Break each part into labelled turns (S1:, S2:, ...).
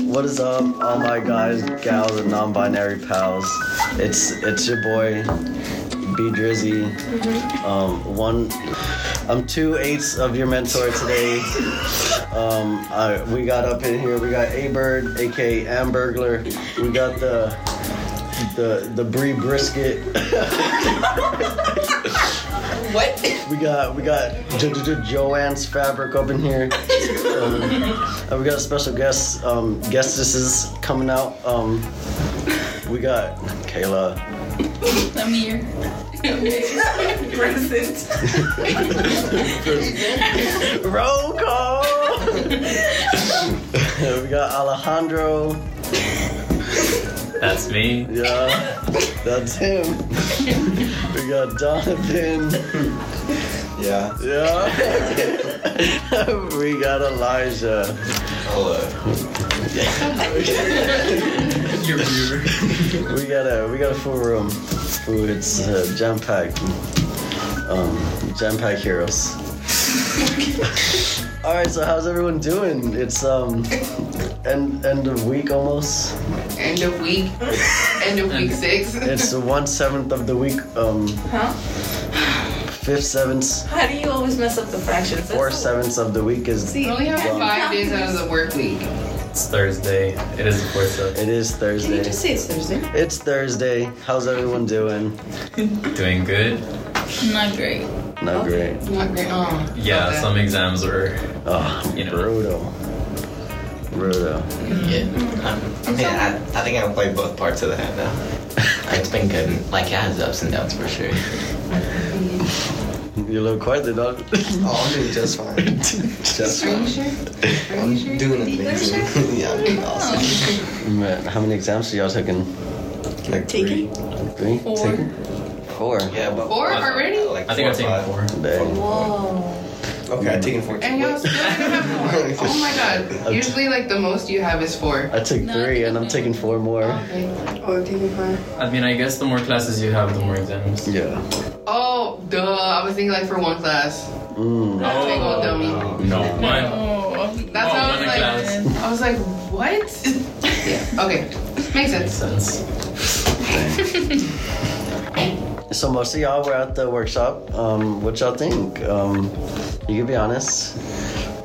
S1: What is up, all my guys, gals, and non-binary pals? It's it's your boy, B Drizzy. Um, one, I'm two eighths of your mentor today. Um, I, we got up in here. We got A Bird, aka Ambergler. We got the the the Brie Brisket.
S2: What?
S1: We got we got jo- Jo- Jo- Joanne's fabric up in here. Um, and we got a special guest um, guestesses coming out. Um, we got Kayla.
S3: Amir.
S2: Present.
S1: Roll call. we got Alejandro.
S4: That's me.
S1: Yeah, that's him. we got Donovan.
S5: Yeah.
S1: Yeah. we got Elijah.
S5: Hello.
S4: Your viewer.
S1: We got a we got a full room. Ooh, it's uh, jam packed. Um, jam packed heroes. All right, so how's everyone doing? It's um, end end of week almost.
S2: End of week. End of week six.
S1: It's the one seventh of the week. Um,
S3: Huh?
S1: fifth seventh,
S6: How do you always mess up the fractions?
S1: four sevenths of the week is
S2: We
S1: it
S2: only have five days out of the work week.
S4: It's Thursday. It is the fourth of uh,
S1: is
S6: Can you
S1: Thursday.
S6: just say it's Thursday?
S1: It's Thursday. How's everyone doing?
S4: doing good.
S3: Not great.
S1: Not great.
S2: Not great. Oh,
S4: Yeah,
S2: okay.
S4: some exams were.
S1: Oh,
S4: You know.
S1: brutal. Brutal.
S5: Yeah. Um, I mean, I, I think I played both parts of that now. Like, it's been good. Like, it has ups and downs for sure.
S1: You look quite the dog.
S5: Oh, I'm doing just fine. Just
S2: Are you sure? Are you sure? You better sure?
S5: yeah, I'm doing awesome.
S1: Man, how many exams are y'all taking?
S5: Like
S6: Taken?
S1: Three?
S3: Four.
S1: Taken? Four.
S5: Yeah, but
S2: Four already?
S5: Like
S4: I think I've
S5: four or
S4: taken
S5: five.
S4: four.
S1: Dang.
S6: Whoa.
S5: Okay, I've taken four.
S2: And y'all still didn't have more. Oh my god. Usually, like, the most you have is four.
S1: I took
S3: No, I
S1: three
S3: think
S1: and
S3: I'm
S1: I'm taking four more.
S6: Oh, I'm taking five.
S4: I mean, I guess the more classes you have, the more exams.
S1: Yeah.
S2: Oh, duh. I was thinking, like, for one class.
S1: Mm.
S2: I'm a big old dummy.
S4: No. One.
S3: Oh,
S2: That's
S4: Oh,
S2: how
S4: one
S2: I was like, I was like, what? yeah, okay. Makes
S4: Makes
S2: sense.
S4: sense.
S1: So most of y'all were at the workshop. Um, what y'all think? Um, you can be honest.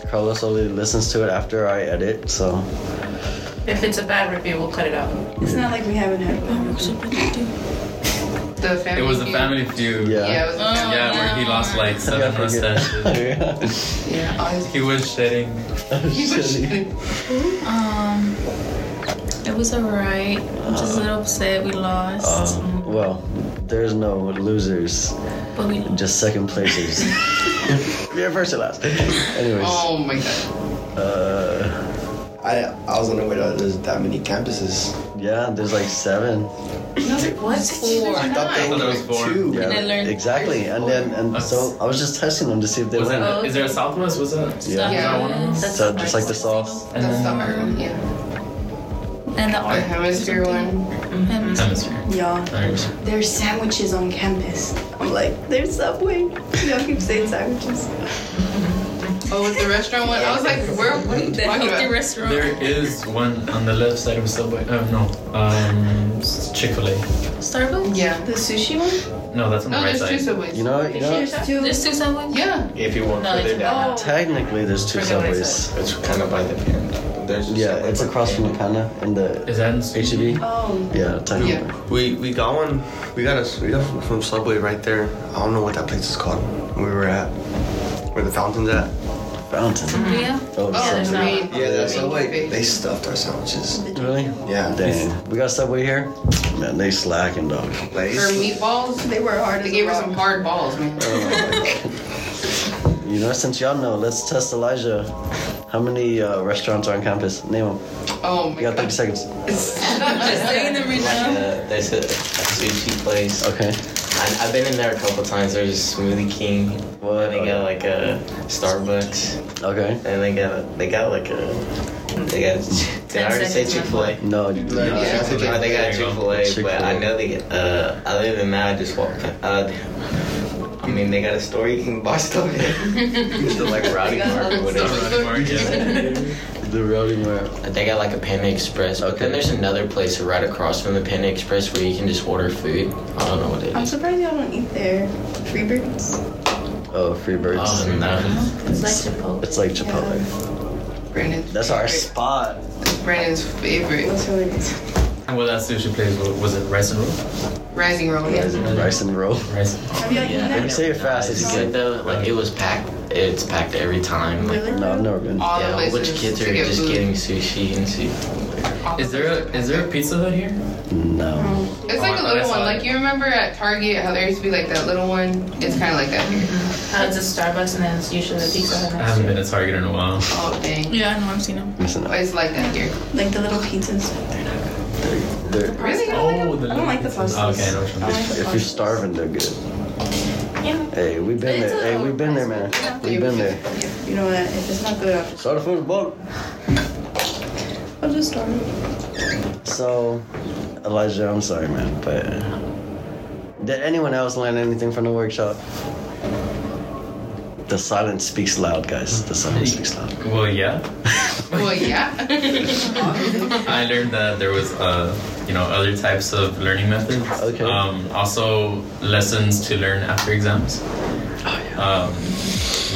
S1: Carlos only listens to it after I edit, so
S6: If it's a bad review, we'll cut it out. It's not like we haven't had
S2: The family.
S4: It was the
S2: feud.
S4: family feud.
S1: Yeah.
S2: Yeah, it was the family.
S4: Yeah, where he lost like
S1: Yeah,
S4: seven
S1: I forget.
S4: mustaches.
S2: Yeah, always.
S4: He was shedding.
S1: yeah.
S3: Um, it was alright. I'm just
S1: Uh,
S3: a little upset we lost,
S1: Um, well, there's no losers,
S3: but we lost.
S1: just second places. yeah, first and last. Anyways,
S2: Oh my god.
S1: uh,
S7: I I was unaware that there's that many campuses.
S1: yeah, there's like seven.
S2: And I was like, what's four?
S7: I thought
S4: I
S7: there
S4: thought there was
S7: was
S4: four.
S7: two.
S1: Yeah,
S3: then learn-
S1: exactly. And then and so I was just testing them to see if they
S4: Was
S1: went.
S4: that, is there a Southwest? Was that?
S1: Yeah.
S2: Yeah.
S1: So just like the sauce.
S4: And
S2: That's the
S4: then
S2: art one, yeah.
S3: and the
S2: The
S3: art.
S2: hemisphere one.
S3: And
S4: hemisphere.
S6: Yeah.
S4: Alright.
S6: There's sandwiches on campus. I'm like, there's Subway. Y'all keep saying sandwiches.
S2: Oh, with the restaurant one? I was like, where, what are you
S3: the
S2: talking
S3: healthy
S2: about?
S3: restaurant.
S4: There is one on the left side of Subway. Oh no, um, Chick Fil A.
S3: Starbucks?
S2: Yeah.
S6: The sushi one?
S4: No, that's on the
S2: No,
S4: right
S2: Oh, there's two
S4: side.
S2: subways.
S1: You know, you know.
S6: two.
S3: There's two someone?
S2: Yeah.
S5: If you want
S6: No, it's
S5: further down,
S1: Technically, there's two
S6: Forget what I
S1: subways.
S5: it's kind of by the pin. There's just
S1: Yeah,
S5: somewhere
S1: it's
S5: by
S1: across
S5: the
S1: from
S5: pin.
S1: the panda in the
S4: Is that in
S1: HEB.
S6: Oh.
S1: Yeah, technically.
S2: Yeah.
S7: We we got one. We got us. We got from, from Subway right there. I don't know what that place is called. Where we were at. Where the fountain's at.
S1: Fountain.
S3: Yeah.
S1: Oh,
S2: Oh,
S1: Subway.
S2: there's green.
S7: Yeah, that's Subway.
S2: Green.
S7: They stuffed our sandwiches.
S1: Really?
S7: Yeah.
S1: Dang. We got Subway here? Man, they slacking, dog.
S7: Like,
S2: Her meatballs.
S6: They were hard
S2: They
S6: as
S2: gave
S6: a
S2: her
S6: rock.
S2: some hard balls, man.
S1: Oh. You know, since y'all know, let's test Elijah. How many uh, restaurants are on campus? Name them.
S2: Oh my
S1: You got 30
S2: god.
S1: seconds.
S3: Just saying them right now.
S5: Uh, there's a, a sushi place.
S1: Okay.
S5: I, I've been in there a couple times. There's a Smoothie King.
S1: What?
S5: And they got like a Starbucks.
S1: Okay.
S5: And they got a, they got like a they got. Did I already say
S3: seconds
S5: Chick Fil A?
S1: No, you did not.
S5: Yeah,
S2: Chick-fil-A.
S5: I think
S4: There
S5: I got
S4: you
S5: Chick
S4: go.
S5: Fil A, but
S1: Chick-fil-A.
S5: I know they. Uh, other than that, I just walked. in. Uh, I mean, they got a store you can buy stuff in. the like Rowdy Mark, or whatever.
S4: Alright, Mark, yeah.
S1: The routing where
S5: They got like a Panda Express, but
S1: Okay.
S5: then there's another place right across from the Panda Express where you can just order food. I don't know what it
S6: I'm
S5: is.
S6: surprised y'all don't eat there. Freebirds?
S1: oh Freebirds.
S5: Oh no.
S3: It's like Chipotle.
S1: It's like Chipotle.
S2: Brandon's
S1: That's our
S2: favorite.
S1: spot.
S2: Brandon's favorite.
S6: What's your name?
S4: Well, that sushi place wa- was it rice and roll?
S2: Rising roll. Yeah.
S1: Rice and roll.
S4: Rice.
S6: Have y'all eaten
S5: Yeah.
S1: You
S6: that?
S1: say it fast.
S5: It's
S1: It's
S5: good
S1: good.
S5: though. Like it was packed. It's packed every time. Like,
S6: Really?
S1: No, I've never been.
S2: All the
S5: yeah, a
S2: places
S5: bunch of kids
S2: to
S5: are
S2: get
S5: just
S2: food.
S5: getting sushi and sushi.
S2: All the
S4: Is there a
S2: places.
S4: is there a pizza hut here?
S1: No.
S2: It's like
S4: Oh, I
S2: a
S4: thought I
S2: little
S4: saw
S2: one.
S4: it.
S2: Like you remember at Target how there used to be like that little one. It's kind of like that here.
S8: Uh, it's a Starbucks and then it's usually the pizza Hut
S4: I
S8: next
S1: Um,
S4: haven't
S8: to
S4: been
S8: it.
S4: to Target in a while.
S2: Oh dang.
S3: Yeah, I know. I've seen them.
S1: Listen,
S2: But It's like that here.
S6: Like the little pizzas. They're not good.
S1: they're-
S2: Really? You don't like
S4: Oh, the
S6: I don't like the
S4: little pizzas.
S6: pastas.
S4: Okay, I know what
S6: I
S4: you're
S6: don't like
S4: saying.
S6: the
S1: if you're
S6: pastas.
S1: starving, they're good.
S8: Yeah.
S1: Hey, we've been
S8: It's
S1: there.
S8: a
S1: Hey,
S8: little
S1: we've been there, man. We've been there.
S6: You know what? If it's not good, I'll just,
S1: So the food book.
S6: I'll just starve.
S1: So, Elijah, I'm sorry, man, but did anyone else learn anything from the workshop? The silence speaks loud, guys. The silence speaks loud.
S4: Well, yeah.
S2: Well, yeah.
S4: I learned that there was, uh, you know, other types of learning methods.
S1: Okay.
S4: Um, also, lessons to learn after exams. Um,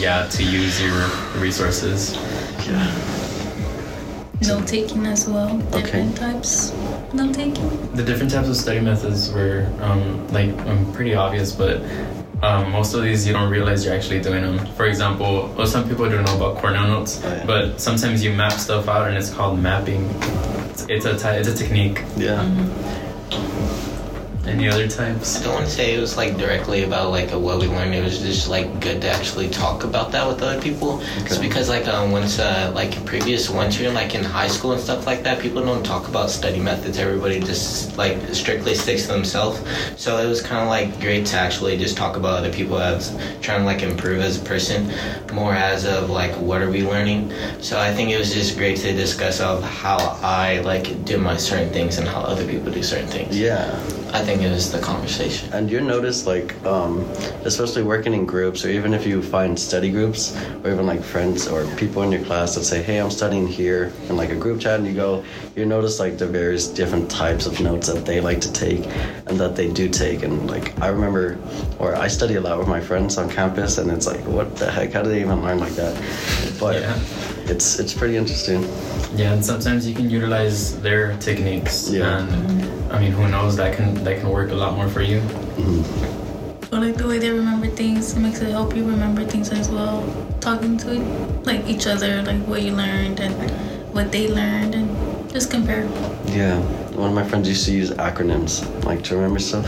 S4: yeah, to use your resources.
S1: Yeah.
S3: Note taking as well.
S1: Okay.
S3: Different types. Note taking.
S4: The different types of study methods were um, like um, pretty obvious, but um, most of these you don't realize you're actually doing them. For example, well, some people don't know about Cornell notes,
S1: Oh, yeah.
S4: but sometimes you map stuff out, and it's called mapping. It's, it's a ty- it's a technique.
S1: Yeah.
S4: Any other types?
S5: I don't want to say it was like directly about like what we learned. It was just like good to actually talk about that with other people. It's
S1: Okay.
S5: because like um, once uh, like previous once you're like in high school and stuff like that, people don't talk about study methods. Everybody just like strictly sticks to themselves. So it was kind of like great to actually just talk about other people as trying to like improve as a person, more as of like what are we learning. So I think it was just great to discuss of how I like do my certain things and how other people do certain things.
S1: Yeah.
S5: I think it was the conversation.
S1: And you notice, like, um, especially working in groups, or even if you find study groups, or even like friends or people in your class that say, "Hey, I'm studying here," in like a group chat, and you go, you notice like the various different types of notes that they like to take, and that they do take. And like, I remember, or I study a lot with my friends on campus, and it's like, what the heck? How do they even learn like that? But
S4: Yeah.
S1: it's it's pretty interesting.
S4: Yeah, and sometimes you can utilize their techniques.
S1: Yeah.
S4: And I mean, who knows? That can that can work a lot more for you.
S1: Mm-hmm.
S3: Or like the way they remember things. It makes it help you remember things as well. Talking to like each other, like what you learned and what they learned, and just compare.
S1: Yeah, one of my friends used to use acronyms, like to remember stuff.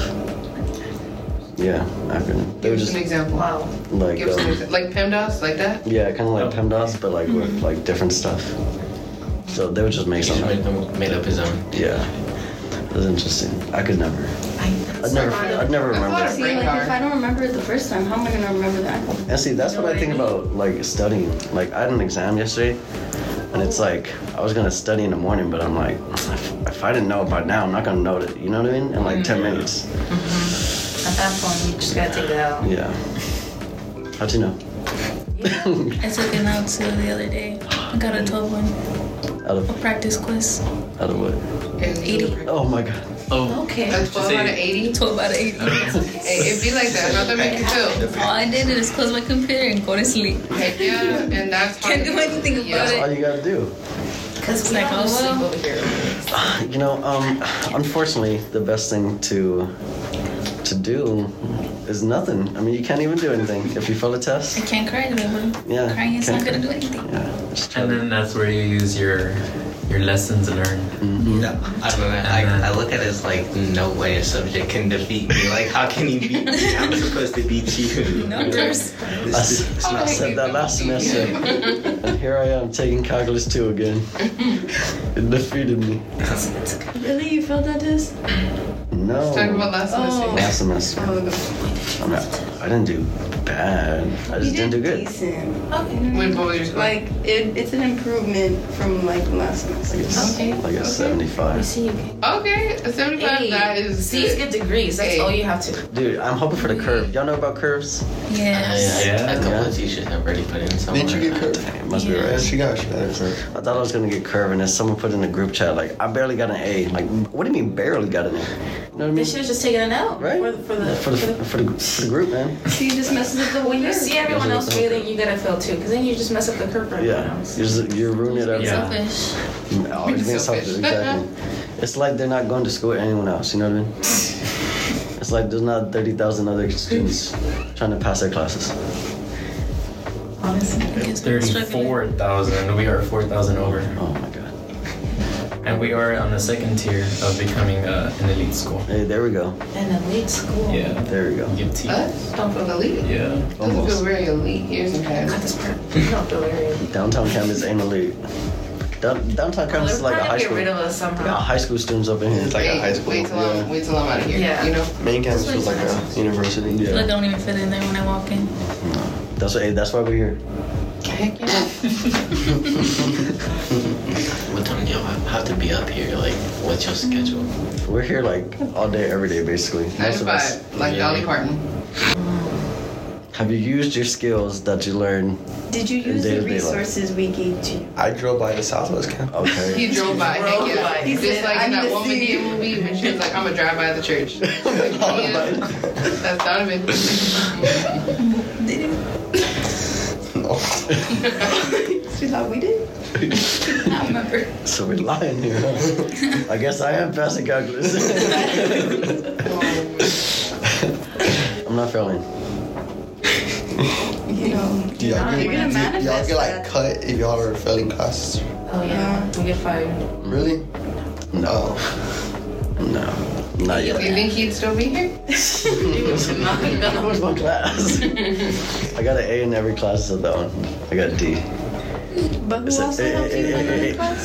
S1: Yeah, acronym. They were
S2: Give us
S1: just
S2: an example. Wow.
S1: like,
S2: Give us an
S1: um,
S2: example. Like PEMDAS, like that.
S1: yeah, kind of like PEMDAS, but like with
S2: Mm-hmm.
S1: like different stuff. So they would just make
S5: He's
S1: something.
S5: made, them, made up his own.
S1: Yeah, it was interesting. I could never. I'd never. I'd never
S2: That's a lot
S1: remember.
S2: of-
S6: Oh, See, like if I don't remember it the first time, how am I gonna remember that?
S1: And see, that's what I think about like studying. Like I had an exam yesterday, and it's like I was gonna study in the morning, but I'm like, if, if I didn't know it by now, I'm not gonna know it. You know what I mean? In like ten
S2: Mm-hmm.
S1: minutes.
S8: At that point, you just gotta take it out.
S1: Yeah. How'd you know?
S3: I took an out too the other day. I got a 12 one,
S1: Out
S3: a
S1: of
S3: practice quiz.
S1: out of what?
S2: It's
S3: Eighty.
S1: Oh my god.
S4: Oh.
S8: Okay.
S2: A 12 out of 80.
S3: 12 out of 80. All
S2: Hey, it'd be like that. Not that make you feel.
S3: I did is close my computer and go to sleep.
S2: Heck yeah. And that's hard.
S3: Can't do anything about
S2: Yeah.
S3: it.
S1: All you gotta do.
S8: Because we
S3: Like,
S8: don't lose
S3: oh,
S8: sleep
S3: well.
S8: over here.
S1: You know, um, unfortunately, the best thing to to do is nothing. I mean, you can't even do anything if you fail a
S3: I
S1: test.
S3: can't cry anymore.
S1: Yeah,
S3: Crying is not
S1: can't
S3: gonna do anything.
S1: Yeah, just try
S4: And
S1: to-
S4: then that's where you use your your lessons learned.
S5: No, I don't know. I, I look at it as like no way a subject can defeat me. Like how can he beat me? I'm supposed to beat you.
S3: Numbers.
S1: I
S5: This is-
S1: s- I said that last semester, and here I am taking calculus two again. It defeated me.
S6: Really, you failed that test?
S1: No.
S2: Talking about last
S6: Oh.
S2: semester.
S1: Last semester. I'm not, I didn't do bad. I just
S6: You did
S1: didn't do good.
S6: decent.
S2: When what was your score?
S6: Like it, it's an improvement from like last semester.
S8: Okay.
S1: Like a 75.
S8: See,
S2: okay, a 75. That is
S8: See, it's
S2: good.
S8: good degrees. That's
S2: Hey.
S8: all you have to.
S1: Dude, I'm hoping for the curve. Y'all know about curves?
S5: Uh,
S3: Yes.
S5: yeah,
S4: Yeah.
S5: a couple of teachers have already put in some.
S7: Didn't you get
S5: work.
S7: curved?
S1: Damn, Must be
S3: Yeah.
S7: Yeah,
S1: right.
S7: she got, she got it correct.
S1: I thought I was gonna get curved, and then someone put in the group chat like, "I barely got an A." Like, what do you mean barely got an A? You know what I
S8: They
S1: mean?
S8: should have just taken it out.
S1: Right?
S8: For, the- for the.
S1: for the, for the, for the group, man.
S6: She just messes up the
S8: when you
S6: curve.
S8: see everyone
S1: Doesn't
S8: else
S1: look
S8: failing, you gotta fail too, because then you just mess up the curve for everyone
S1: Yeah,
S8: else.
S1: you're, just- you're ruining it.
S3: Being
S1: up.
S4: Yeah.
S3: selfish.
S1: Always being
S2: Selfish.
S1: selfish. Exactly. it's like they're not going to school with anyone else. You know what I mean? it's like there's not thirty thousand other students trying to pass their classes.
S8: Honestly.
S3: It's
S4: Thirty-four thousand. We are four thousand over,
S1: Oh my god.
S4: and we are on the second tier of becoming uh, an elite school.
S1: Hey, there we go.
S8: An elite school.
S4: Yeah,
S1: There we go.
S4: you get T.
S2: Us? Don't feel elite.
S4: Yeah.
S2: Doesn't feel very elite. Years in
S8: Cut
S2: past.
S8: this part. Not delirious.
S1: Downtown campus ain't elite. Down, downtown
S8: They're
S1: campus is like a
S8: trying
S1: high
S8: to get rid of
S1: school. We
S8: us
S1: got
S8: somehow.
S1: high school students up in here.
S7: It's like a
S2: Wait-
S7: high school.
S2: Wait till
S7: yeah.
S2: I'm wait till I'm out of here.
S8: Yeah.
S2: You know.
S7: Main campus feels like a university.
S3: Like I don't even fit in there when I walk in.
S1: That's what, hey, that's why we're here.
S2: Heck yeah.
S5: What time do y'all have have to be up here? Like, what's your schedule?
S1: We're here like all day, every day, basically.
S2: Nine
S1: Most
S2: to
S1: of us.
S2: five, like
S5: Yeah.
S2: Dolly Parton.
S1: Have you used your skills that you learned?
S6: Did you use
S1: Day to
S6: the
S1: day life.
S6: resources we gave to you?
S7: I drove by the Southwest campus.
S1: Okay.
S2: He drove by. Heck
S8: Drove by.
S2: yeah.
S8: He
S2: Just
S6: said,
S2: like
S6: "I
S2: in
S6: need
S2: that
S6: to
S2: one
S6: see
S2: video
S6: you."
S2: movie when she was like, "I'm gonna drive by the church." Yeah. That's Donovan.
S7: No.
S6: She thought we did.
S1: so we're lying here. huh? I guess I am passing calculus. I'm not failing.
S6: You know.
S7: Do y'all
S8: You're gonna
S7: get, do y'all
S6: manifest
S7: get like
S6: that.
S7: cut if y'all are failing classes?
S8: Oh yeah, we get fired.
S7: Really?
S1: No,
S7: Oh.
S1: no, not
S2: Do you
S1: yet.
S2: think he'd still be here?
S1: That was my class. I got an A in every class except that one. I got a D. eh,
S6: But who
S1: It's a-
S6: also helped you in another class?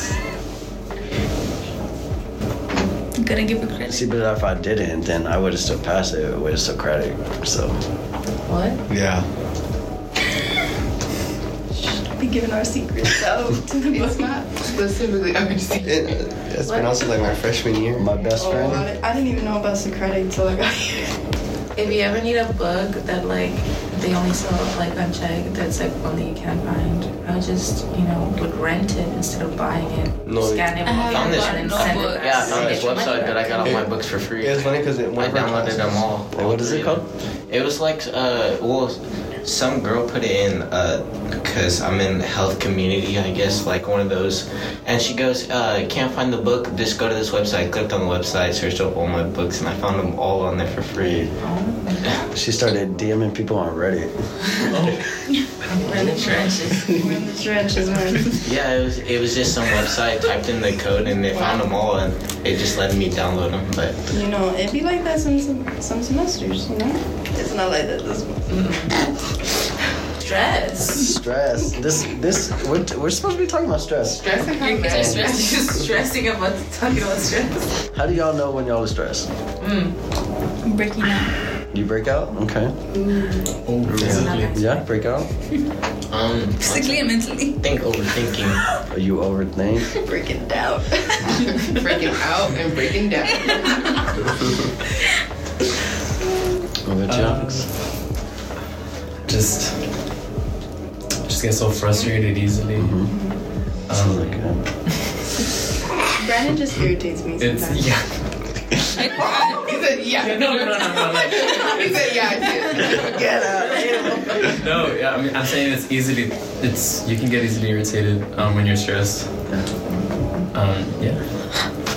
S3: I'm gonna give her credit.
S1: See, but if I didn't, then I would have still passed it. It would have still credit. So
S8: What?
S7: Yeah.
S6: Be giving our secrets out to the
S2: It's
S6: book.
S2: not specifically. I'm just saying.
S7: It, it's been also like my freshman year.
S1: my best
S6: Oh, about
S1: friend.
S6: it. I didn't even know about Socratic until I got here.
S8: If you ever need a book that like they only sell like unchecked, that's like one that you can't find. I just you know would rent it instead of buying it.
S7: No,
S8: Scan it,
S3: I have
S5: Found this-
S8: it, and send it
S3: notebook.
S8: back.
S5: Yeah, I found this
S8: Get your money
S5: website that I
S8: back.
S5: got all my books for free.
S7: It's funny because
S5: I
S7: one of our
S5: downloaded them
S7: classes,
S5: all.
S1: Wait, what is it called?
S5: It was like, uh, well, some girl put it in, uh, because I'm in the health community, I guess, like one of those. And she goes, uh, can't find the book, just go to this website. Clicked on the website, searched up all my books, and I found them all on there for free.
S1: She started DMing people on Reddit.
S8: We're in the trenches.
S6: We're in the trenches, man.
S5: Yeah, it was, it was just some website, typed in the code, and they found them all, and it just let me download them. But
S6: You know, it be like that some, some some semesters, you know? It's not like that this one.
S8: Stress.
S1: Stress. This, this, we're, we're supposed to be talking about stress.
S2: Stress and
S8: You're
S2: how bad.
S8: stressed. You're just stressing about talking about stress. Mm,
S1: How do y'all know when y'all are stressed?
S3: I'm breaking out.
S1: You break out? Okay.
S4: Oh,
S8: It's not nice.
S1: Yeah, break out.
S5: um, I
S3: Physically and mentally.
S5: think overthinking.
S1: Are you overthink?
S6: Freaking doubt.
S2: Breaking out and breaking down.
S1: What about you?
S4: Um, Just, just get so frustrated easily.
S1: Hmm? Sounds
S4: Um,
S1: like a-
S6: Brandon just irritates me
S4: it's
S6: sometimes.
S4: yeah.
S2: He said,
S4: No,
S2: "Yeah."
S4: no, no, no, no, no.
S2: He said, "Yeah." I did.
S4: No, yeah, I mean, I'm saying it's easily, it's you can get easily irritated um, when you're stressed. Um, yeah.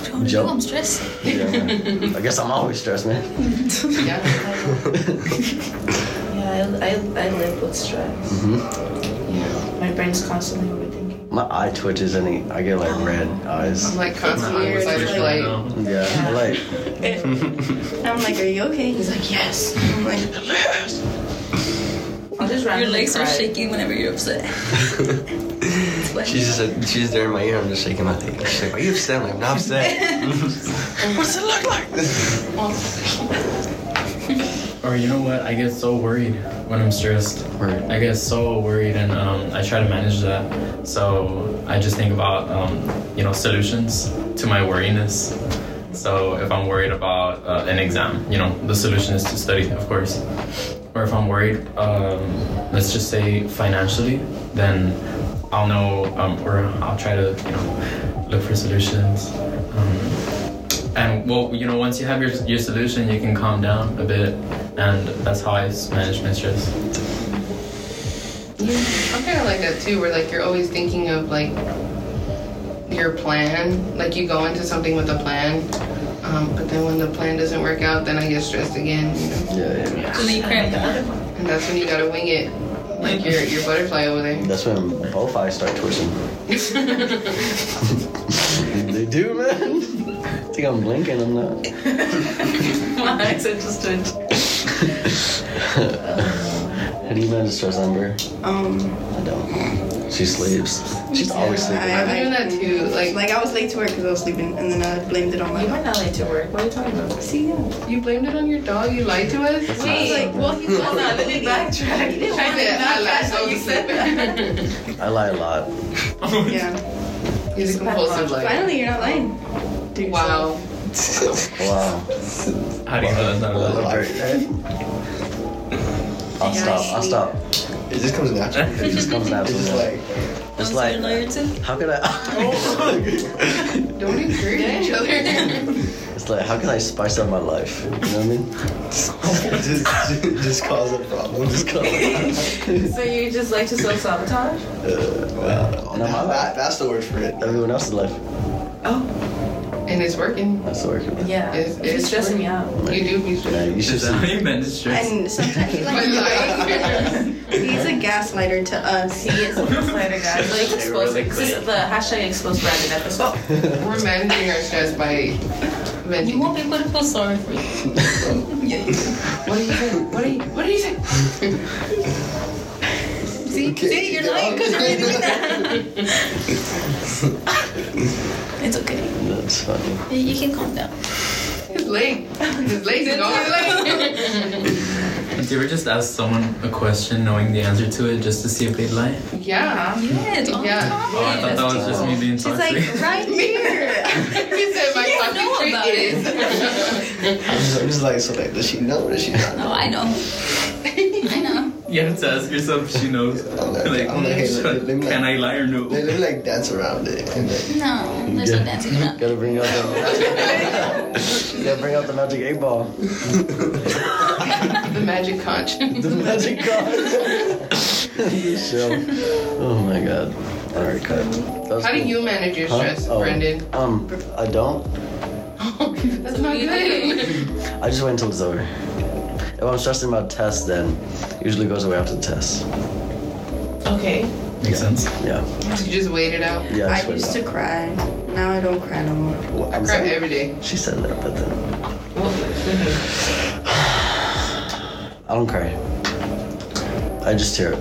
S3: Don't
S1: Jump.
S3: know, I'm stressed.
S1: yeah, man. I guess I'm always stressed, man.
S2: Yeah.
S8: Yeah, I, I, I live with stress. Yeah, my brain's constantly overthinking.
S1: My eye twitches and he- I get like red eyes.
S2: I'm like constantly
S6: Weird,
S2: excited, like.
S6: like-
S4: um,
S1: Yeah, I'm like
S6: I'm like, are you okay? He's like, yes. I'm like,
S8: I'll just
S3: Your
S8: randomly
S3: legs are
S8: cry.
S3: shaking whenever you're upset. It's like-
S7: She's just like, she's there in my ear. I'm just shaking my head. She's like, "Are you upset?" I'm like, "I'm not upset."
S4: Or you know what? I get so worried when I'm stressed.
S1: Right.
S4: I get so worried, and um, I try to manage that. So I just think about um, you know solutions to my worriness. So if I'm worried about uh, an exam, you know the solution is to study, of course. Or if I'm worried, um, let's just say financially, then I'll know, um, or I'll try to, you know, look for solutions. Um, and well, you know, once you have your your solution, you can calm down a bit, and that's how I s- manage my stress.
S2: I'm kind of like that too, where like you're always thinking of like your plan. Like you go into something with a plan, um, but then when the plan doesn't work out, then I get stressed again. You know?
S1: Yeah, yeah.
S3: So then you crack down.
S2: And that's when you gotta wing it, like your your butterfly over there.
S1: That's when both eyes start twitching. they do, man. I think I'm blinking. I'm not.
S8: My eyes are just twitch.
S1: How do you manage stress, Amber?
S6: Um,
S1: I don't. She sleeps. She's always sleeping.
S6: I-
S2: I'm doing that too. Like
S6: like I was late to work because I was sleeping, and then I blamed it on my
S8: You
S6: dog.
S8: were not late to work. What are you talking about?
S6: See, yeah.
S2: you blamed it on your dog. You lied to us.
S8: Wait,
S6: like,
S8: well, he told us. Let me backtrack. He didn't
S2: I
S8: want me to
S2: did. I lied.
S8: backtrack
S2: So
S8: when you said that.
S1: I lie a lot.
S6: yeah.
S2: He's a compulsive liar.
S6: Finally, you're not lying. Dude,
S2: Wow.
S1: Wow.
S4: How do you know that's not a lie?
S1: I'll stop. I'll stop.
S7: It just comes naturally.
S1: It just comes
S7: It's just
S1: naturally.
S7: like
S1: It's
S3: So
S1: like,
S3: you're a lawyer too?
S1: how could I?
S2: Don't encourage each other.
S1: it's like, how can I spice up my life? You know what I mean?
S7: just, just, just cause a problem. Just cause.
S8: So you just like to self sabotage?
S7: Wow.
S1: No, my-
S7: that, that's the word for it.
S1: Everyone else's life.
S8: Oh,
S2: and it's working.
S1: That's the work of it.
S8: yeah.
S2: It's-
S8: You're
S2: it's-
S8: stressing me out.
S2: You do be stressed.
S1: Yeah, you should
S4: Is that
S1: see.
S4: how you manage stress?
S6: And sometimes he
S2: By
S6: like
S2: lying.
S6: he's a gaslighter to us.
S8: He is a gaslighter, guys. Like, expose
S4: really
S8: this is the hashtag expose Brandon episode.
S2: We're managing our stress by
S3: You
S2: venting.
S3: want people to feel sorry for you.
S2: What do you think? What do you What do you think?
S3: See, see, you're lying because you're really doing that. it's okay.
S1: That's funny.
S3: You- You can calm down.
S2: His leg. His legs are going.
S4: Do you ever just ask someone a question knowing the answer to it just to see if they'd lie?
S2: Yeah.
S3: Yeah, it's all
S2: Yeah.
S3: the
S4: Oh, I
S3: time.
S4: thought that was just me being
S6: She's
S4: toxic.
S6: like right here.
S2: He said my
S3: know
S2: fucking trick
S3: about
S2: is.
S7: I'm just, I'm just like, so like, does she know? Does she not?
S3: Oh, I know. I know.
S4: you have to ask yourself if she knows.
S7: I'm like-
S4: like,
S7: I'm like, hey,
S4: "Mm,
S7: let- let me-
S4: can I lie or no?
S7: They, they like dance around it. And like,
S3: No, there's no dancing around.
S1: Gotta bring out the. you gotta bring out the magic eight ball.
S2: The magic conch.
S1: The magic card. Show. Oh my god. All right, cut. That was
S2: How do
S1: cool.
S2: you manage your
S1: Huh?
S2: stress,
S1: Oh,
S2: Brendan?
S1: Um, I don't.
S2: That's not good.
S1: I just wait until it's over. If I'm stressing about tests, then it usually goes away after the test.
S8: Okay.
S4: Makes sense.
S1: Yeah.
S2: You just wait it out.
S1: Yeah.
S6: I
S1: just wait
S6: used
S1: it
S6: to cry. Now I don't cry no more.
S1: out. Well, I'm
S2: Crap
S1: sorry.
S2: every day.
S1: She said that, but then I don't cry. I just tear up.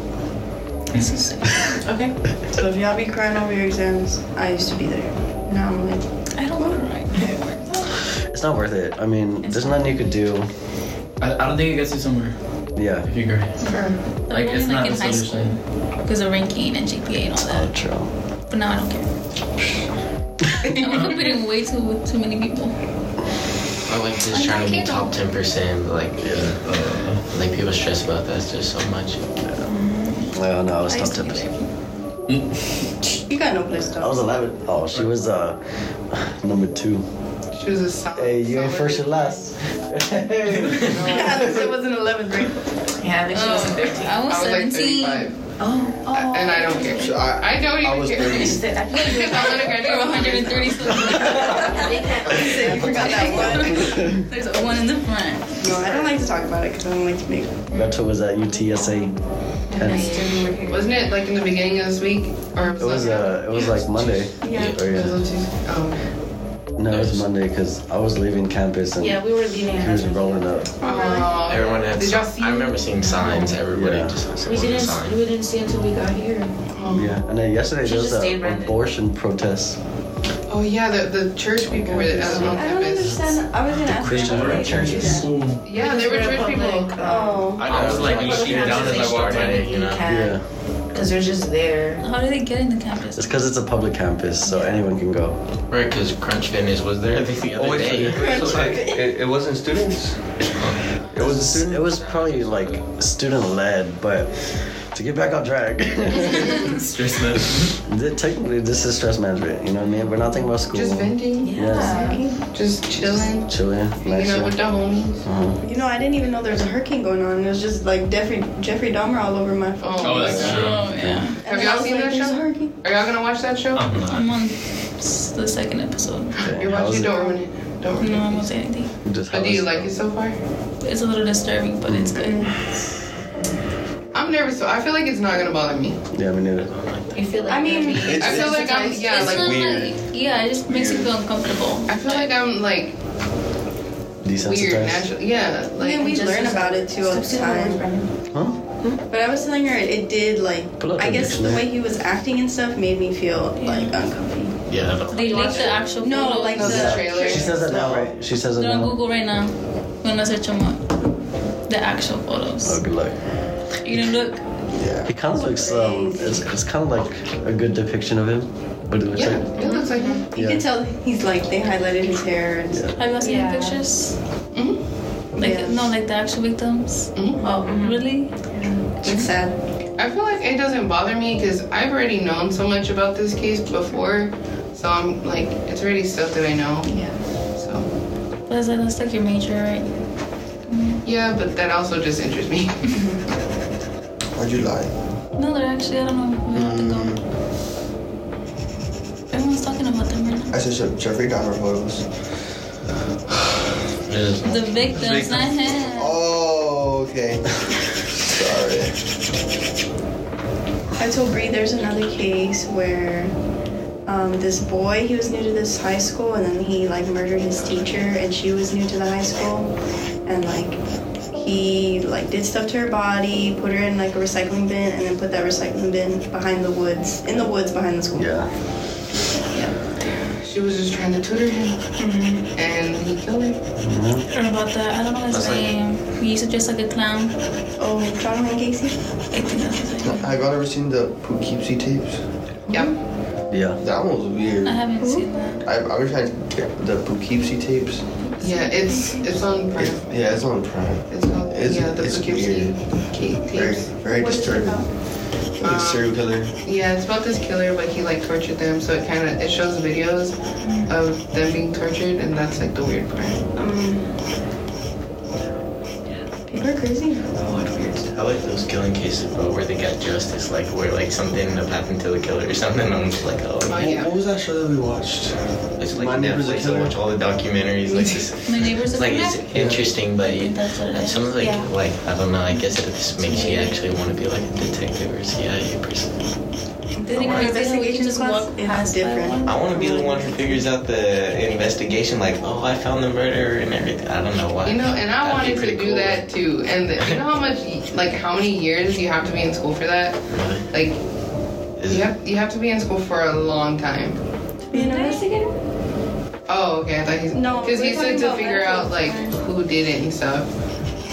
S8: Okay.
S6: So if y'all be crying over your exams, I used to be there. Now I'm like,
S3: I don't want to cry.
S1: It's not worth it. I mean, there's nothing you could do.
S4: I, I don't think it gets you somewhere
S1: Yeah.
S4: if you cry. Like,
S3: only
S4: it's
S3: like
S4: not
S3: in
S4: the
S3: high
S4: solution.
S3: Because of ranking and GPA and all
S1: Oh,
S3: that.
S1: true.
S3: But now I don't care. I'm competing way too with too many people.
S5: Or like just trying to be top ten percent, like uh, like people stress about that just so much.
S1: Well, no, I was
S6: I
S1: top
S6: used to
S1: ten
S6: be
S1: percent.
S6: there. You got no place to
S1: I was
S6: go.
S1: eleven. Oh, she was uh number two.
S2: She was a solid.
S1: Hey, you ain't
S2: solid-
S1: first and last.
S6: it was in 11th grade.
S8: Yeah, I think she was in 13.
S3: I
S2: I
S3: was
S2: was like
S3: 17.
S2: 35.
S8: Oh, oh.
S2: And I don't care.
S7: so I,
S2: I don't even
S7: I was
S2: care.
S7: thirty.
S8: She said, I can't do
S2: Because
S8: it.
S2: I'm gonna
S3: There
S2: graduate
S3: were
S2: with
S3: 130
S6: You said you forgot that one.
S3: There's one in the front.
S6: No, I don't like to talk about it because I don't like to make
S1: Retro was at UTSA.
S2: Wasn't it like in the beginning of this week? Or
S1: It was uh, it was like Monday.
S6: Yeah.
S1: Or,
S2: It was on
S1: yeah.
S2: Tuesday. Oh.
S1: No, it was Monday because I was leaving campus and
S8: Yeah,
S1: he
S8: we were leaving at
S1: was
S8: home.
S1: rolling up.
S2: Aw.
S5: Everyone had.
S2: Did y'all
S5: si-
S2: see?
S5: I remember seeing signs. Everybody
S1: Yeah.
S5: just was
S8: We
S5: holding a
S8: didn't, we
S5: sign.
S8: didn't see until we got here.
S1: Oh, Yeah. And then yesterday
S8: She
S1: there was
S8: just stayed
S1: an
S8: right there.
S1: abortion protest.
S2: Oh yeah, the, the church people were that was on
S6: I don't
S2: campus.
S6: understand. I was gonna ask
S1: Christian
S6: them why they
S1: church
S6: do
S1: is
S6: that.
S2: Yeah, there were church people.
S6: Oh.
S4: I was like,
S5: Like,
S4: shooting
S5: yeah,
S4: down as
S5: they
S4: I walked
S5: started
S4: in.
S5: it, you know.
S1: Yeah.
S8: Because they're just there.
S3: How did they get in the campus?
S1: It's because it's a public campus, so anyone can go.
S5: Right, because Crunch Fitness was there. I think the
S7: Oh,
S5: other
S7: wait,
S5: day.
S7: it, was like, it, it wasn't students. It was a student.
S1: It was probably like student led, but to get back on track.
S4: Stress management.
S1: Th- Technically, this is stress management. You know what I mean? We're not thinking about school.
S2: Just venting.
S1: Yeah.
S2: Just chilling.
S1: Chilling.
S2: Hanging out
S1: Nice.
S2: with the homies.
S1: Mhm.
S6: You know, I didn't even know there was a hurricane going on. It was just like Jeffrey Jeffrey Dahmer all over my phone.
S2: Oh,
S4: Oh,
S2: my
S4: that's
S2: God.
S4: true.
S3: Oh, yeah.
S6: And
S2: Have
S6: then I
S2: y'all
S6: was
S2: seen
S6: like,
S2: that
S6: there's a
S2: show?
S6: hurricane.
S2: Are y'all gonna watch that show?
S4: I'm not.
S3: I'm on s- the second episode.
S1: Okay,
S2: You're
S1: how's
S2: watching.
S1: it-
S2: Don't ruin it. Don't ruin
S3: No, I won't
S2: it.
S3: say anything.
S1: just
S2: But
S1: how's
S2: do you
S1: it-
S2: like it so far?
S3: It's a little disturbing, but it's
S6: Mm.
S3: good.
S2: I'm nervous, so I feel like it's not gonna bother me.
S1: Yeah, we knew it.
S8: You feel like
S6: I mean,
S2: I feel like I'm yeah,
S3: it's
S2: like
S3: not
S1: weird.
S3: like yeah, it just makes you feel uncomfortable.
S2: I feel like I'm like weird
S1: Desensitized.
S2: naturally. Yeah,
S6: I
S2: like
S6: mean, we
S8: just-
S6: learn about it too all the time.
S1: Huh?
S6: But I was telling her it did like
S1: Pull up
S6: I
S1: the
S6: guess the
S1: dictionary.
S6: way he was acting and stuff made me feel like uncomfortable.
S5: Yeah, I don't-
S3: They leaked the actual
S6: No,
S3: photos.
S6: like
S2: No, the
S6: the
S2: trailer.
S1: She says that now, right? She says it
S3: They're on
S1: now.
S3: Google right now. I'm gonna search them up. The actual photos.
S1: Oh, good luck.
S3: You didn't look.
S1: Yeah. It kind of looks um, it's, it's kind of like a good depiction of him, but it looks
S2: Yeah,
S1: like
S2: it looks like him.
S6: you
S1: Yeah.
S6: can tell he's like they highlighted his hair and stuff.
S3: Have you seen
S8: Yeah.
S3: the pictures?
S2: Mhm.
S3: Like
S6: Yeah. Mm-hmm.
S3: no, like the actual victims.
S2: Mhm.
S3: Oh, really?
S6: It's sad.
S2: I feel like it doesn't bother me because I've already known so much about this case before, so I'm like, it's already stuff that I know. Yeah. So
S3: That's like that's like your major, right?
S2: yeah, but that also just interests me.
S7: Why'd you lie?
S3: No, they're actually I don't know. We have to go. Everyone's talking about them right now.
S7: I said Jeff- Jeffrey Dahmer photos.
S5: There's-
S3: The victims, not him.
S7: Oh, okay. Sorry.
S6: I told Bree there's another case where um, this boy he was new to this high school and then he like murdered his teacher and she was new to the high school and like he like did stuff to her body, put her in like a recycling bin and then put that recycling bin behind the woods in the woods behind the school.
S1: yeah.
S2: She was just trying to tutor him, and he killed her.
S3: Or about that. I don't know his name. He used to dress like a clown.
S6: Oh, John Wayne Gacy.
S3: I think that's his name.
S7: Have y'all ever seen the Poughkeepsie tapes?
S2: Yep.
S1: Yeah.
S7: That one was weird.
S3: I
S7: I,
S3: haven't seen that.
S7: I wish I had the Poughkeepsie tapes.
S2: Yeah, it's it's on Prime.
S7: It's, yeah, it's on Prime.
S2: It's called
S7: It's-
S2: yeah the
S7: it's
S2: Poughkeepsie
S7: weird.
S2: Kate
S7: Very,
S2: tapes.
S7: very
S6: What is it
S7: disturbing.
S6: about?
S2: Uh,
S7: Like a serial killer.
S2: Yeah, it's about this killer, but he like tortured them, so it kind of it shows videos of them being tortured, and that's like the weird part.
S6: People are crazy.
S5: I like weird- I like those killing cases, bro, where they got justice, like where like something ended up happened to the killer or something. I'm just like, oh,
S2: Oh
S5: like,
S7: What,
S2: yeah.
S7: what was that show that we watched?
S5: it's like
S7: My neighbor's a
S5: Netflix, I
S7: killer.
S5: watch all the documentaries. Like, this,
S3: My neighbors
S5: it's
S3: are
S5: like it's
S3: black.
S5: interesting, but you,
S3: That's what it is.
S5: some of like,
S8: Yeah.
S5: like I don't know. I guess it just makes you actually want to be like a detective or CIA person.
S3: Didn't
S6: Our
S3: even exist. We
S6: investigation
S3: just
S6: class
S3: walk
S6: is
S3: past that
S6: different.
S3: one.
S5: I want to be the one who figures out the investigation. Like, oh, I found the murderer and everything. I don't know why.
S2: You know, and I
S5: That'd be
S2: wanted
S5: pretty
S2: to do
S5: cool.
S2: that too. And the, you know how much, like, how many years you have to be in school for that? Like,
S5: Is-
S2: you have you have to be in school for a long time.
S6: Be an investigator?
S2: Oh, okay. I thought he's
S6: No,
S2: because
S6: we're
S2: he said
S6: talking
S2: to
S6: about
S2: figure out like
S6: medical
S2: who did it and stuff.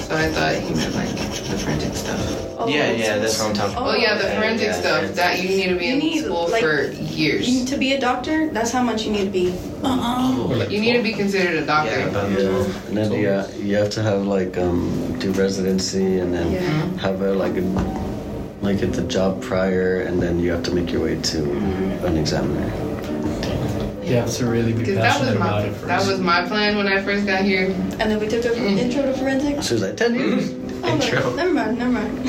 S2: So I thought he meant like the forensic stuff.
S6: Oh,
S5: Yeah, yeah, that's what I'm talking
S6: Oh,
S2: Oh yeah, the
S5: yeah,
S2: forensic
S5: yeah,
S2: stuff.
S5: forensic.
S2: That you need to be
S6: You
S2: in
S6: need,
S2: school
S6: like-
S2: for
S6: You,
S2: years.
S6: to be a doctor, that's how much you need to be.
S3: Uh-uh.
S5: about.
S2: You need to be considered a doctor.
S5: Yeah, about
S1: Yeah.
S5: 12.
S1: And then you, uh, you have to have like um do residency and then
S6: Yeah.
S1: have a like a like at the job prior and then you have to make your way to
S2: Mm-hmm.
S1: an examiner.
S4: You have to really be
S2: Because that was
S4: passionate
S2: my
S4: about it first.
S2: that was my plan when I first got here.
S6: And then we took an intro to forensics.
S1: She was like ten years.
S6: Oh, no,
S5: Mm. Intro.
S6: Never mind, never mind.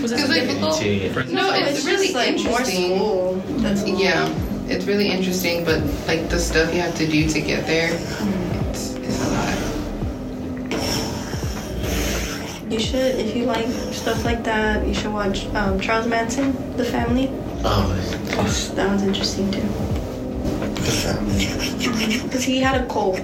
S3: Was it
S2: Because,
S3: so
S2: like,
S3: difficult?
S5: Two, yeah.
S2: No, it's,
S6: just,
S2: really
S6: like more
S2: interesting.
S6: school. That's all.
S2: Yeah, it's really interesting, but like the stuff you have to do to get there, it's, it's a lot.
S6: You should, if you like stuff like that, you should watch um, Charles Manson, The Family.
S5: Oh,
S6: That's, that one's interesting too. Because he had a cult.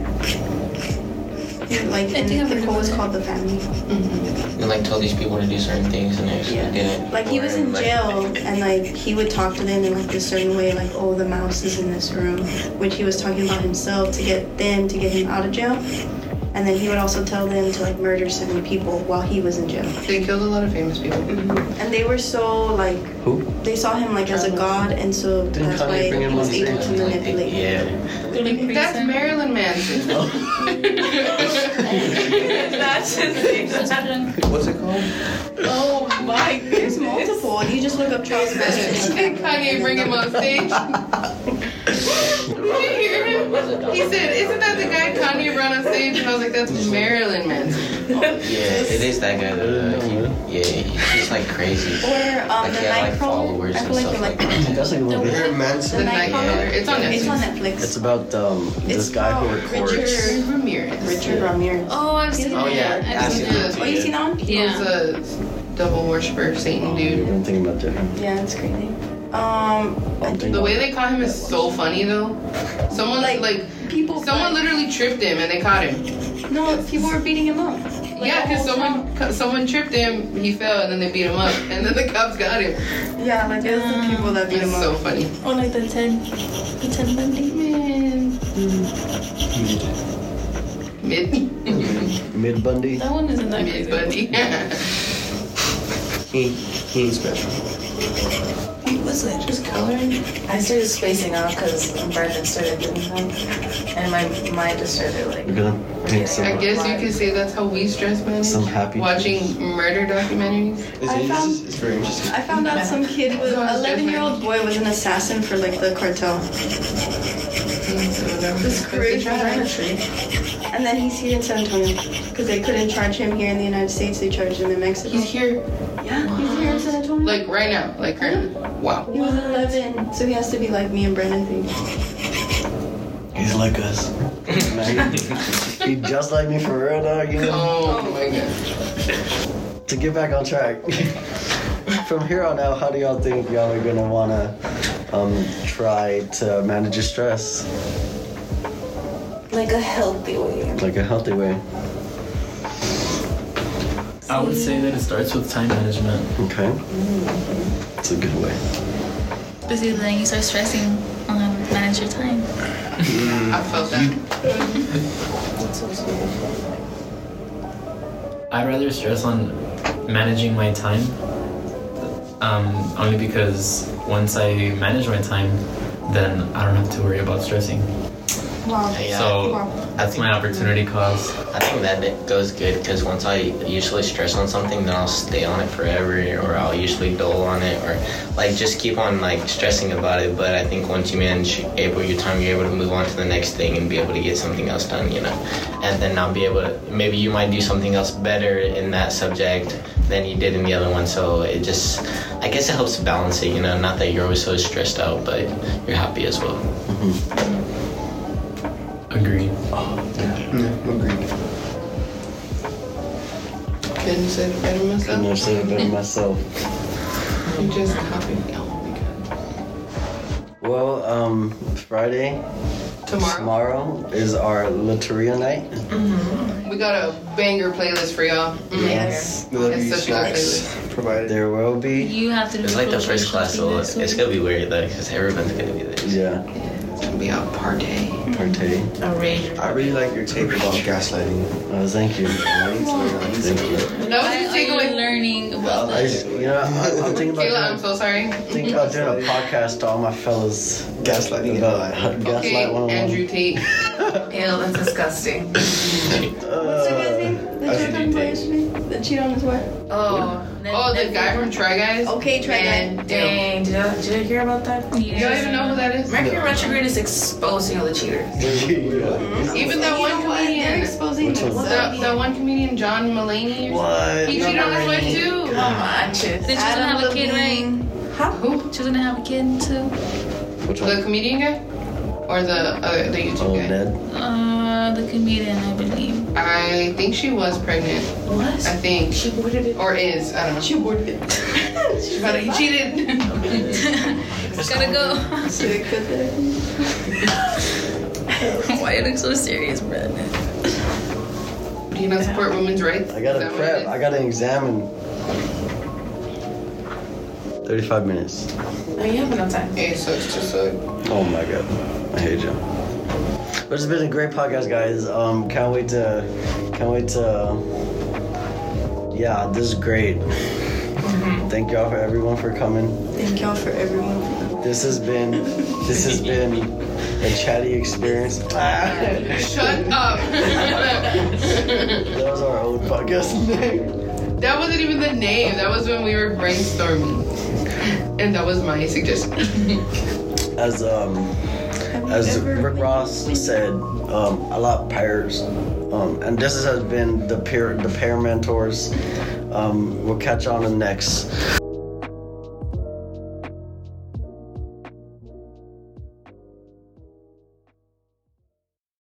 S6: He, like,
S3: I think I've
S6: and
S3: heard
S6: the cult was called
S3: about
S6: The Family.
S5: and like told these people to do certain things and they just
S6: Yeah.
S5: didn't.
S6: Like he was
S5: Or,
S6: in
S5: like-
S6: jail and like he would talk to them in like this certain way, like, oh the mouse is in this room which he was talking about himself to get them to get him out of jail. And then he would also tell them to like murder seven people while he was in jail.
S2: They killed a lot of famous people.
S6: And they were so like
S1: Who?
S6: they saw him like as a god, and so
S7: Didn't
S6: that's
S7: Kanye
S6: why
S7: bring him
S6: he was
S7: on
S6: able to
S7: stage?
S6: manipulate.
S5: Yeah.
S2: That's Marilyn Manson. Oh.
S8: That's his name.
S7: What's it called?
S8: Oh my
S6: There's multiple. You just look up Charles Manson.
S2: Did Kanye bring him on stage? Did you hear him? He said, "Isn't that the guy Kanye brought on stage?" And I was like, "That's Marilyn Manson."
S5: Yeah, it is that guy. That, uh, he, yeah, he's just like crazy.
S6: Or um,
S5: Like,
S6: the
S5: he had, like
S6: Nightcrawler.
S5: followers
S6: I feel
S5: and
S6: like
S5: stuff
S6: you're
S5: like
S6: like
S5: that.
S1: That's like a little
S3: The
S1: bit.
S7: Mayor
S2: The
S7: Manson.
S6: Night-
S2: Nightcrawler. It's on
S6: it's on
S2: Netflix.
S1: It's
S6: Netflix.
S1: about um, this guy who
S6: about
S1: records.
S6: Richard-
S2: Richard Ramirez.
S6: Richard Ramirez.
S3: Oh, I've seen
S5: Oh,
S3: that.
S5: yeah,
S3: I've
S5: that's
S3: seen
S5: it.
S3: that.
S6: Oh, you seen that one?
S2: He was
S3: Yeah.
S2: a devil worshiper, Satan
S1: You've
S2: dude.
S1: been thinking about different.
S6: Yeah, it's crazy. Um, I think
S2: The way they caught him is so funny though. Someone like like
S6: people.
S2: someone literally tripped him and they caught him.
S6: No, people were beating him up. Like,
S2: Yeah,
S6: the
S2: because
S6: whole
S2: someone co- someone tripped him, he fell, and then they beat him up, and then the cops got him.
S6: time. Yeah, like it was the people that beat
S2: It's
S6: him
S2: so
S6: up.
S2: funny.
S3: Or Oh, like the Ted, the Ted Bundy man.
S2: Mid
S1: Mid Bundy.
S3: That one isn't that
S2: mid
S3: crazy.
S2: buddy.
S7: He, he ain't special.
S3: Was it just coloring?
S8: I started spacing out because Brandon started doing that, and my mind just started
S1: We're
S8: like.
S1: gonna paint some.
S2: I guess you could say that's how we stress manage.
S1: Some happy
S2: watching murder documentaries.
S7: It's,
S6: I
S7: it's,
S6: found-
S7: it's very interesting.
S6: I found out some kid was
S2: Someone's
S6: 11 year old boy was an assassin for like the cartel.
S2: This
S6: crazy. And then he's here in San Antonio because they couldn't charge him here in the United States. They charged him in Mexico.
S2: He's here,
S6: yeah, he's here in San Antonio.
S2: like right now, like currently. Wow.
S6: he was 11, so he has to be like me and Brendan. Think.
S1: He's like us. he just like me for real, dog. You know?
S2: Oh my gosh.
S1: To get back on track. From here on out, how do y'all think y'all are gonna wanna um, try to manage your stress?
S8: Like a healthy way.
S1: Like a healthy way.
S4: I would say that it starts with time management.
S1: Okay. It's a good way.
S3: Because then you start stressing on how to manage your time.
S2: I felt that.
S4: I'd rather stress on managing my time. Um, only because once I manage my time, then I don't have to worry about stressing.
S6: Wow.
S5: Yeah,
S4: so
S6: Wow.
S4: that's my opportunity cost.
S5: I think that bit goes good because once I usually stress on something, then I'll stay on it forever, or I'll usually dole on it, or like just keep on like stressing about it. But I think once you manage able your time, you're able to move on to the next thing and be able to get something else done, you know. And then I'll be able to maybe you might do something else better in that subject than you did in the other one. So it just I guess it helps balance it, you know. Not that you're always so stressed out, but you're happy as well.
S4: Agreed.
S2: Couldn't say it better
S1: I
S2: myself.
S1: never said it better myself.
S2: You just copied. Oh my god.
S1: Well, um, Friday,
S2: Tomorrow
S1: tomorrow is our Lotteria night.
S2: we got a banger playlist for y'all. Mm.
S1: Yes.
S7: We love
S2: It's
S7: you,
S2: such a good
S7: snacks provided.
S1: There will be.
S3: You have to do
S5: It's like the first class, so
S3: proficiency
S5: it's
S3: next
S5: gonna be weird though, because everyone's gonna be there.
S1: Yeah,
S2: It's gonna be a party.
S1: partay.
S8: A rager.
S7: I really like your tape about gaslighting.
S1: Oh, thank you. Thank you.
S2: That
S3: Why
S2: was the
S3: are you
S2: takeaway.
S3: learning about
S1: I,
S3: this?
S1: just- you know, I, I'm thinking about
S2: Kayla, I'm
S1: doing,
S2: so sorry.
S1: thinking about doing a podcast to all my fellas
S7: Gaslighting.
S1: about how to gaslight
S2: Okay,
S1: one
S2: Andrew Tate.
S8: Ew, that's disgusting.
S1: Uh,
S6: What's the guy's name? The
S5: That's
S6: cheat
S5: what you
S6: on boy? The cheat on his wife?
S8: Oh.
S2: Oh, the guy from Try Guys.
S6: Okay, try
S8: And
S6: that.
S8: dang, did I, did I hear about that?
S2: You don't even know who that is.
S8: Mercury retrograde is exposing all the cheaters.
S1: Yeah.
S2: Even that one
S6: They're
S2: comedian.
S6: exposing
S1: Which one?
S2: That,
S6: themselves.
S2: that one comedian, John Mulaney. or
S1: What?
S2: something. He cheated on his wife too.
S8: Come on, shit.
S3: Then she's gonna have a kid, right?
S2: Who?
S3: She's gonna have a kid too.
S1: Which
S2: The
S1: one?
S2: comedian guy? Or the uh, the
S1: Oh,
S2: YouTube guy?
S1: Ned.
S3: Uh, the comedian, I believe.
S2: I think she was pregnant. I
S8: What?
S2: think.
S8: She boarded it.
S2: Or is. I don't know. She aborted it. but he cheated.
S3: Gotta go.
S6: So it could be.
S3: Why you look so serious, Brad?
S2: Do you not support women's rights?
S1: I gotta
S2: Is that what it
S1: prep.
S2: is?
S1: I gotta examine. 35 minutes.
S8: Oh, you have enough time.
S2: It sucks to suck.
S1: Oh my god. I hate you. But it's been a great podcast, guys. Um, can't wait to, can't wait to. Yeah, this is great. Thank y'all for everyone for coming.
S6: Thank y'all for everyone.
S1: This has been this has been a chatty experience. Ah,
S2: Shut up.
S1: that was our old podcast name.
S2: that wasn't even the name. That was when we were brainstorming. And that was my suggestion.
S1: As um
S6: Have you
S1: as
S6: ever-
S1: Rick Ross said, um, a lot pairs. Um, and this has been the peer the pair mentors. Um, we'll catch you on the next.